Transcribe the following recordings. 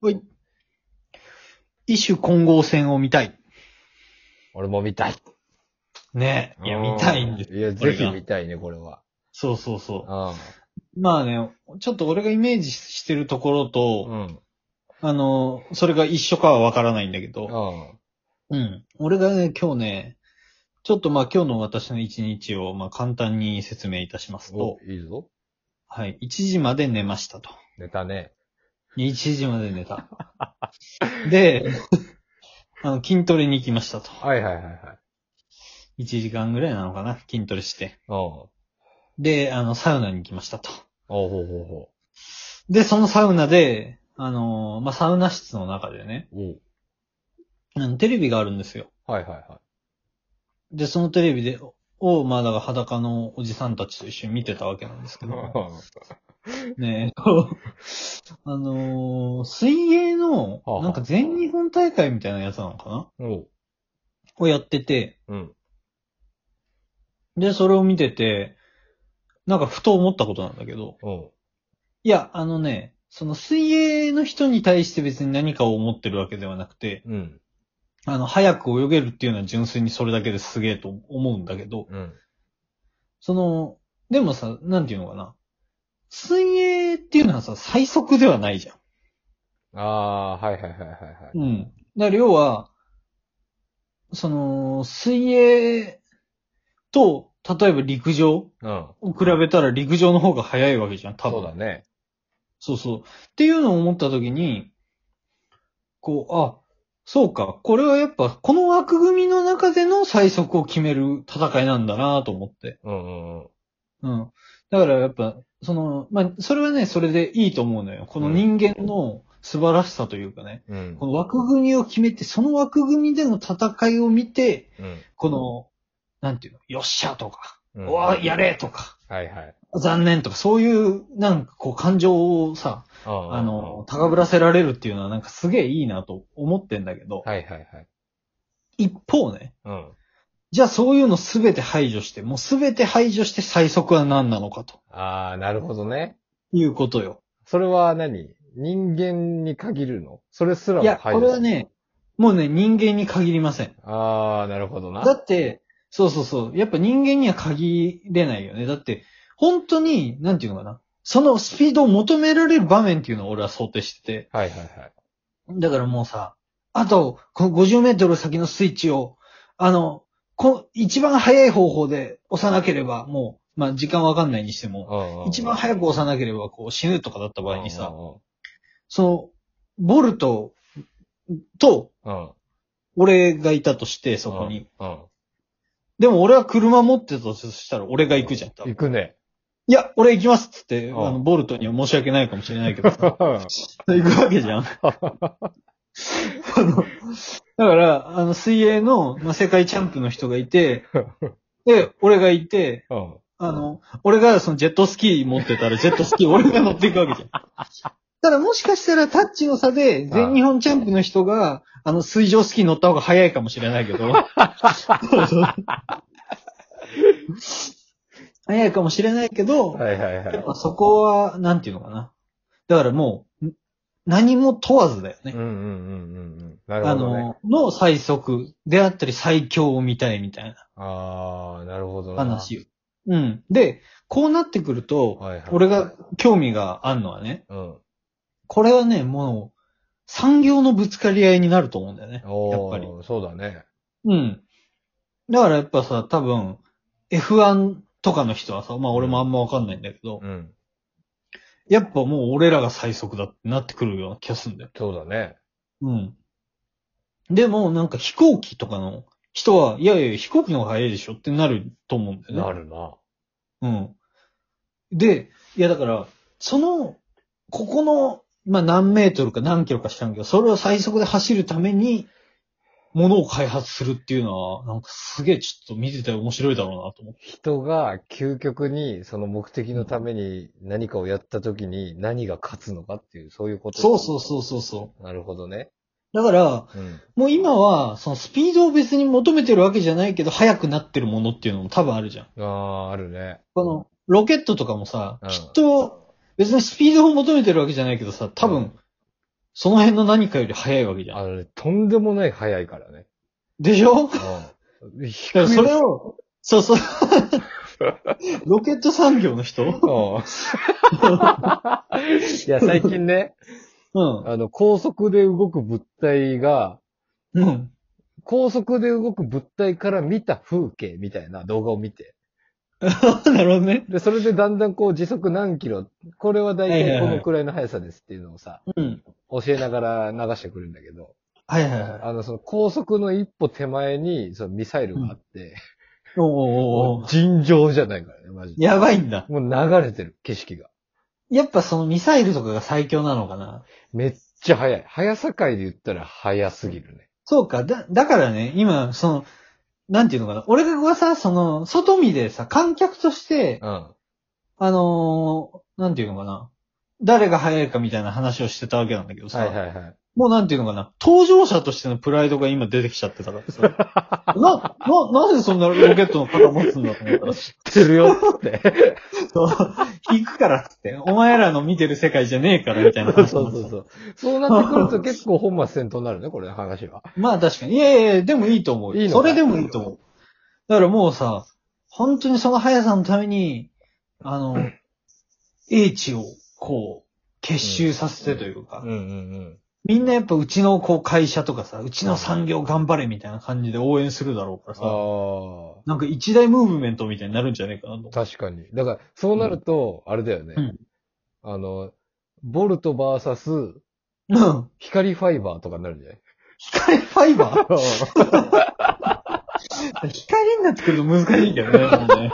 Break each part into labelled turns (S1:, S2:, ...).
S1: はい。異種混合戦を見たい。
S2: 俺も見たい。
S1: ね。いや、見たいんです。
S2: す。いや、
S1: これ
S2: ぜ
S1: が
S2: ひ見たいね、これは。
S1: そうそうそうう。まあね、ちょっと俺がイメージしてるところ
S2: ん。
S1: と、
S2: うん。
S1: あの、それが一緒かはわからないんだけ
S2: う
S1: ど、
S2: ん。
S1: うん。俺がね、今日ね、ちょっとまあ今日の私の一日をまあ簡単に説明いたしますと
S2: お、いいぞ。
S1: はい。1時まで寝ました と。
S2: 寝たね。
S1: 1時まで寝た。で、 あの、筋トレに行きましたと。
S2: はいはいはいはい。
S1: 1時間ぐらいなのかな、筋トレして。
S2: うん。お
S1: で、あの、サウナに行きましたと。
S2: ほうほうほ
S1: で、そのサウナで、あのーまあ、サウナ室の中でね、
S2: う。おう
S1: あのテレビがあるんですよ。
S2: はいはいはい。
S1: で、そのテレビで、を、まあ、だから裸のおじさんたちと一緒に見てたわけなんですけど、ねえ、こうあのー水泳の
S2: はあは、あ
S1: なんか全日本大会みたいなやつなのかな
S2: おう。
S1: をやってて、
S2: うん。
S1: で、それを見てて、なんかふと思ったことなんだけど、
S2: うん。
S1: いや、あのね、その水泳の人に対して別に何かを思ってるわけではなくて、
S2: うん。
S1: あの、早く泳げるっていうのは純粋にそれだけですげえと思うんだけど、
S2: うん。
S1: その、でもさ、なんていうのかな。水泳っていうのはさ、最速ではないじゃ
S2: ああー、はいはいはいはいはい。
S1: ん。うん。だから要は、その、水泳と、例えば陸上
S2: うん。
S1: を比べたら陸上の方が早いわけじゃん、多分。
S2: そうだね。
S1: そうそう。っていうのを思ったときに、こう、あ、そうか、これはやっぱ、この枠組みの中での最速を決める戦いなんだなと思って。
S2: うんうんうん。
S1: うん。だからやっぱ、その、まあ、それはね、それでいいと思うのよ。この人間の素晴らしさというかね。
S2: うん
S1: こ。の枠組みを決めて、その枠組みでの戦いを見て、
S2: うん。
S1: この、なんていうの、よっしゃとか、
S2: う
S1: うんわ、やれとか、
S2: はいはい。
S1: 残念とか、そういう、なんかこう、感情をさ、あ
S2: あ
S1: の、、高ぶらせられるっていうのはなんかすげえいいなと思ってんだけど、
S2: はいはいはい。
S1: 一方ね、
S2: うん。
S1: じゃあそういうのすべて排除して、もうすべて排除して最速は何なのかと
S2: ああ、なるほどね。
S1: いうことよ。
S2: それは何人間に限るのそれすら
S1: い
S2: も
S1: や、これは。ね、もうね、人間に限りません。
S2: ああ、なるほどな。
S1: だって、そうそうそう、やっぱ人間には限れないよね。だって、本当に、なんていうのかな。そのスピードを求められる場面っていうのを俺は想定してて、
S2: はいはいはい。
S1: だからもうさ、あと、この50メートル先のスイッチを、あの、こ一番早い方法で押さなければ、もう、まあ時間わかんないにしても、
S2: うんうん
S1: 一番早く押さなければ、こう死ぬとかだった場合にさ、
S2: う
S1: その、ボルトと、
S2: んうんうん。
S1: 俺がいたとして、そこに。
S2: うん。うん。
S1: でも俺は車持ってたとしたら、俺が行くじゃん。多分
S2: 行 くね。
S1: いや、俺行きますっつって、あ
S2: うん
S1: の、ボルトには申し訳ないかもしれないけど さ。
S2: う
S1: 行くわけじゃん。あの、だから、あの、水泳の、まあ、世界チャンプの人がい て、で、俺がいて、
S2: ん。
S1: あの、俺がそのジェットスキー持ってたら、ジェットスキー俺が乗っていくわけじゃん。ただもしかしたらタッチの差で、全日本チャンプの人が、あの、水上スキー乗った方が早いかもしれないけど。そうそう早いかもしれないけど、
S2: はいはいは
S1: やっ
S2: い。
S1: ぱそこは、なんていうのかな。だからもう、ん何も問わずだよね
S2: うん。うんうんうんうん。なる
S1: あ
S2: ほどね。
S1: の、の最速であったり最強を見たいみたい
S2: ああ、なるほど
S1: な
S2: な。
S1: 話を。うん。で、こうなってくると、
S2: はいはい。
S1: 俺が。興味があるのはね、
S2: うん。
S1: これはね、もう、産業のぶつかり合いになると思うんだよね。やっ
S2: お
S1: ぱり。
S2: ー、そうだね。
S1: うん。だからやっぱさ、多分、F1 とかの人はさ、まあ俺もあんまわかんないんだけど、
S2: うん。
S1: やっぱもう俺らが最速だってなってくるような気がするんだよ
S2: そうだね。
S1: うん。でも、なんか飛行機とかの人は、いやいや、飛行機の方が早いでしょってなると思うんだよね。
S2: な。るな。
S1: うん。で、いやだから、その、ここの、まあ何メートルか何キロか知らんけど、それを最速で走るために、ものを開発するっていうのは、なんかすげえちょっと見てて面白いだろうなと思って。
S2: 人が究極にその目的のために何かをやった時に何が勝つのかっていう、そういうこと。。
S1: そうそうそうそうそう
S2: なるほどね。
S1: う。だから、
S2: うん。
S1: もう今は、そのスピードを別に求めてるわけじゃないけど、速くなってるものっていうのも多分あるじゃん。
S2: ああー、あるね。
S1: この、ロケットとかもさ、
S2: うん
S1: きっと、別にスピードを求めてるわけじゃないけどさ、多分、その辺の何かより早いわけじゃ
S2: あ
S1: ん。
S2: のね、とんでもない早いからね。
S1: でしょ
S2: うん。低
S1: だ
S2: い
S1: からそれを、そう そう。ロケット産業の人
S2: うん いや、最近ね、
S1: うん。
S2: あの、高速で動く物体が、
S1: うん。
S2: 高速で動く物体から見た風景みたいな動画を見て。
S1: なるほどね。
S2: で、それでだんだんこう時速何キロ、これは大
S1: はいはい
S2: 体
S1: は
S2: こ
S1: い
S2: のくらいの速さですっていうのをさ、
S1: うん。
S2: 教えながら流してくるんだけど、
S1: はいはいはい。
S2: あの、その高速の一歩手前に、そのミサイルがあって、
S1: おーおーおー
S2: 尋常じゃないからね、マジで。
S1: やばいんだ。
S2: もう流れてる、景色が。
S1: やっぱそのミサイルとかが最強なのかな。
S2: めっちゃ速い。速さ界で言ったら速すぎるね。
S1: そうか。だ、だからね、今、その、なんていうのかな。俺がさ、その、外見でさ、観客として、
S2: うん。
S1: あのーなんていうのかな。誰が早いかみたいな話をしてたわけなんだけどさ、
S2: はいはいはい。
S1: もうなんていうのかな。登場者としてのプライドが今出てきちゃってたからさ。な、な、なぜそんなロケットの肩持つんだと思ったら
S2: 知ってるよって。
S1: そう、引くからっつって、お前らの見てる世界じゃねえからみたい
S2: そ
S1: な
S2: う
S1: 話
S2: そうそう。そうなってくると結構本末転倒になるね、これ話は。
S1: まあ確かに。いやいやいや、でもいいと思うよ。
S2: いいのか
S1: それでもいいと思う。だからもうさ、本当にその速さのために、あの、英知をこう、結集させてというか、
S2: うんうん
S1: みんなやっぱうちのこう会社とかさ、うちの産業頑張れみたいな感じで応援するだろうからさ、
S2: あ
S1: なんか一大ムーブメントみたいになるんじゃないかなと思
S2: あ。確かに。だから、そうなると、あれだよね。
S1: うん
S2: あの、ボルトバーサス、
S1: う。うん。
S2: 光ファイバーとかになるんじゃない
S1: 光ファイバー 光になってくると難しいけどね、もうね。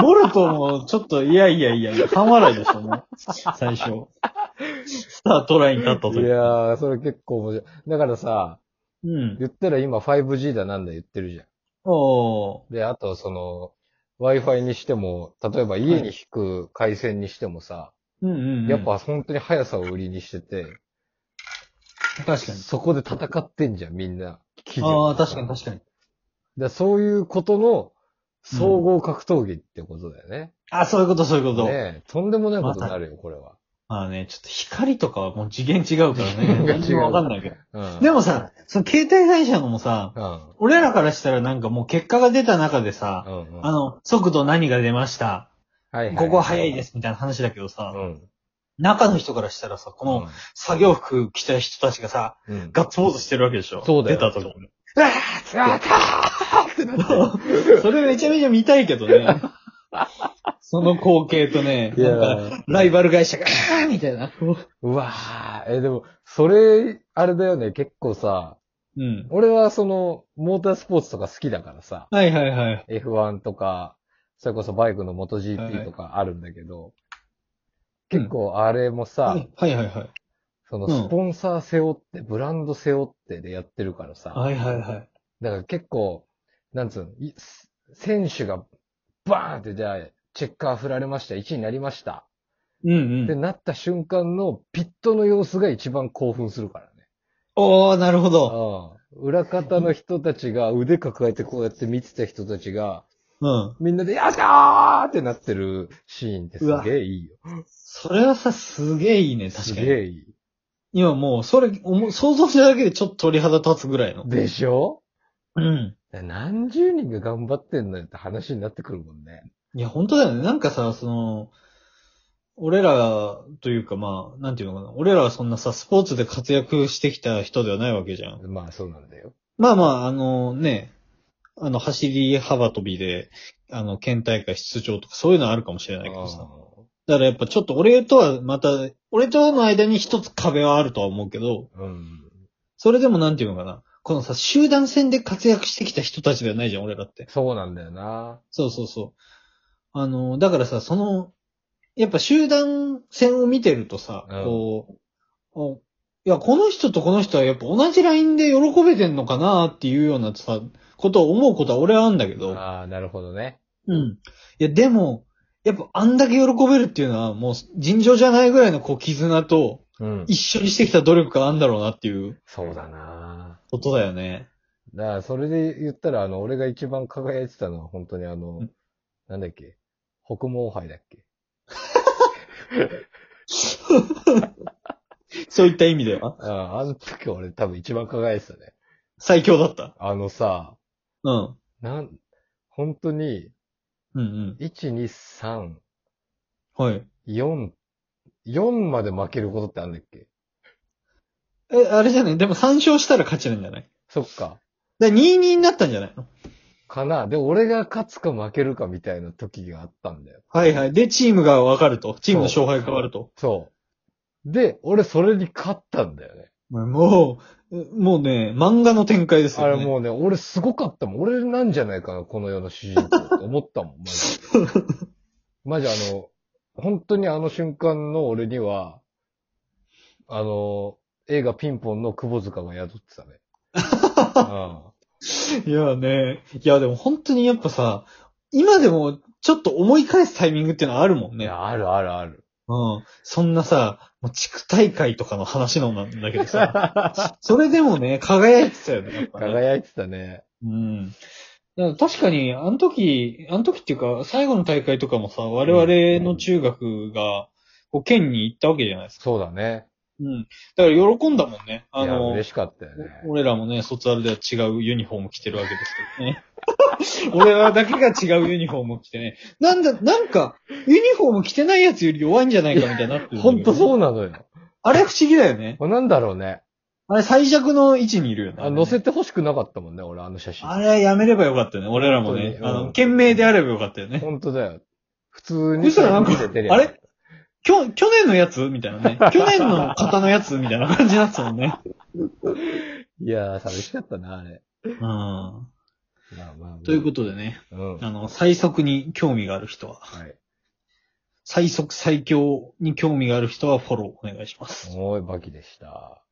S1: ボルトも、ちょっと、いやいやいや、半笑いでしょ、ね、最初。スタートラインに立ったと
S2: いやー、それ結構面白い。だからさ、
S1: うん。
S2: 言ったら今 5G だなんだ言ってるじゃ
S1: おー。
S2: ん。で、あとその、Wi-Fi にしても、例えば家に引く回線にしてもさ、
S1: うんうん、うん。
S2: やっ、ぱ本当に速さを売りにしてて、
S1: 確かに。
S2: そこで戦ってんじゃん、みんな。企業
S1: ああ、確かに確かに。
S2: だそういうことの総合格闘技ってことだよね。
S1: あそういうこと、そういうこと。
S2: ねえとんでもないことになるよ、これは。
S1: まあね、ちょっと光とかはもう次元違うからね。
S2: 次元が違う
S1: 何もわかんないけど。
S2: う ん。
S1: でもさ、その携帯会社のもさ、
S2: うん、
S1: 俺らからしたらなんかもう結果が出た中でさ、
S2: うん。うん。
S1: あの、速度何が出ました。
S2: はい。
S1: ここは速いですす、みたいな話だけどさ、
S2: うん。
S1: 中の人からしたらさ、この、作業服着た人たちがさ、
S2: うん、うん。
S1: ガッツポーズしてるわけでしょ
S2: そうだよ
S1: 出た時に。 うわ
S2: あーってなって
S1: ーそれめちゃめちゃ見たいけどね。 その光景とね、
S2: いや
S1: なんか、
S2: ー
S1: ライバル会社が、あーみたいな。
S2: うわーえ、でも、それ、あれだよね、結構さ、
S1: うん。
S2: 俺はその、モータースポーツとか好きだからさ、
S1: はいはいはい。
S2: F1 とか、それこそバイクの MotoGP とかあるんだけど、
S1: うん
S2: 結構あれもさ、
S1: はいはいはい。
S2: その
S1: うん
S2: スポンサー背負って、ブランド背負ってでやってるからさ、
S1: はいはいはい。
S2: だから結構、なんつうの、い選手がバーンってじゃあ、チェッカー振られました、1位になりました。
S1: うんう
S2: で、
S1: ん。
S2: なった瞬間のピットの様子が一番興奮するからね。
S1: おー、なるほど。
S2: うん。裏方の人たちが腕抱えてこうやって見てた人たちが、
S1: うん。
S2: みんなで、やったーってなってるシーンってすげえいいよ。
S1: それはさ、すげえいいね、確
S2: す
S1: かに。
S2: げえいい。
S1: 今もう、それ、おも想像しただけでちょっと鳥肌立つぐらいの。
S2: でしょ
S1: うん。
S2: 何十人が頑張ってんのよって話になってくるもんね。
S1: いや、本当だよね。なんかさ、その、俺らというかまあ、なんていうのかな。俺らはそんなさ、スポーツで活躍してきた人ではないわけじゃん。
S2: まあそうなんだよ。
S1: まあまあ、あのね、あの、走り幅跳びで、あの、県大会出場とかそういうのはあるかもしれないけどさ。だからやっぱちょっと俺とはまた、俺との間に一つ壁はあるとは思うけど、
S2: うん。
S1: それでもなんていうのかな。このさ、集団戦で活躍してきた人たちではないじゃん、俺らって。
S2: そうなんだよな。
S1: そうそうそう。あの、だからさ、その、やっぱ集団戦を見てるとさ、
S2: うん
S1: こう、おいや、この人とこの人はやっぱ同じラインで喜べてんのかなっていうようなさ、ことを思うことは俺はあるんだけど、
S2: ああ、なるほどね。
S1: うん。いや、でも、やっぱあんだけ喜べるっていうのはもう尋常じゃないぐらいのこう絆と
S2: うん。
S1: 一緒にしてきた努力があるんだろうなっていう
S2: そうだな。
S1: ことだよね。
S2: だから、それで言ったら、あの、俺が一番輝いてたのは、本当にあの、
S1: うん
S2: なんだっけ、北毛杯だっけ。
S1: そういった意味では。
S2: あの時俺多分一番輝いてたね。
S1: 最強だった。
S2: あのさ、
S1: うん。
S2: なん、本当に、
S1: うん
S2: 1、2、3、
S1: うん。はい。
S2: 4、4まで負けることってあるんだっけ
S1: え、あれじゃないでも3勝したら勝ちなんじゃない
S2: そっか。
S1: だから2-2になったんじゃないの
S2: かな。で、俺が勝つか負けるかみたいな時があったんだよ。
S1: はいはい。で、チームが分かると。チームの勝敗が変わると。
S2: そう。で、俺それに勝ったんだよね。
S1: もう、もうね、漫画の展開です
S2: あ
S1: よね。
S2: れもうね、俺すごかったもん。俺なんじゃないかな、この世の主人公って思ったもん、マジで。マジあの、本当にあの瞬間の俺には、あの、映画ピンポンの窪塚が宿ってたね。うん
S1: いやね、いやでも本当にやっぱさ、今でもちょっと思い返すタイミングってのはあるもん
S2: い
S1: ね。
S2: や、あるあるある。
S1: うん。そんなさ、もう地区大会とかの話のなんだけど さ、それでもね、輝いてたよね。やっぱね
S2: 輝いてたね。
S1: うん。だから確かに、あの時、あの時っていうか、最後の大会とかもさ、我々の中学が、こう、県に行ったわけじゃないですか。
S2: そうだね。
S1: うん。だから喜んだもんね。
S2: い
S1: あ
S2: や、
S1: の、
S2: 嬉しかったよね。
S1: 俺らもね、卒アルでは違うユニフォーム着てるわけですけどね。 俺らだけが違うユニフォーム着てね。なんだ、なんか、ユニフォーム着てないやつより弱いんじゃないかみたいになってる。
S2: ほんと
S1: う。
S2: そうなのよ。
S1: あれ不思議だよね。
S2: これなんだろうね。
S1: あれ最弱の位置にいるよね。
S2: あ、載せて欲しくなかったもんね、俺、あの写真。
S1: あれやめればよかったよね。俺らもね
S2: 本。当
S1: あ
S2: に
S1: の、懸命であればよかったよね。
S2: ほんとだよ。普通
S1: そ
S2: に。
S1: したらなんか
S2: 出てるやん
S1: あれきょ、去年のやつみたいなね。去年の方のやつみたいな感じになってたもんね。
S2: いやー、寂しかったな、あれ。
S1: うん。
S2: まあまあ、まあ。
S1: ということでね、
S2: と。うん。は
S1: あの、最速に興味がある人は、
S2: い。
S1: 最速最強に興味がある人はフォローお願いします。
S2: おーい、バキでした。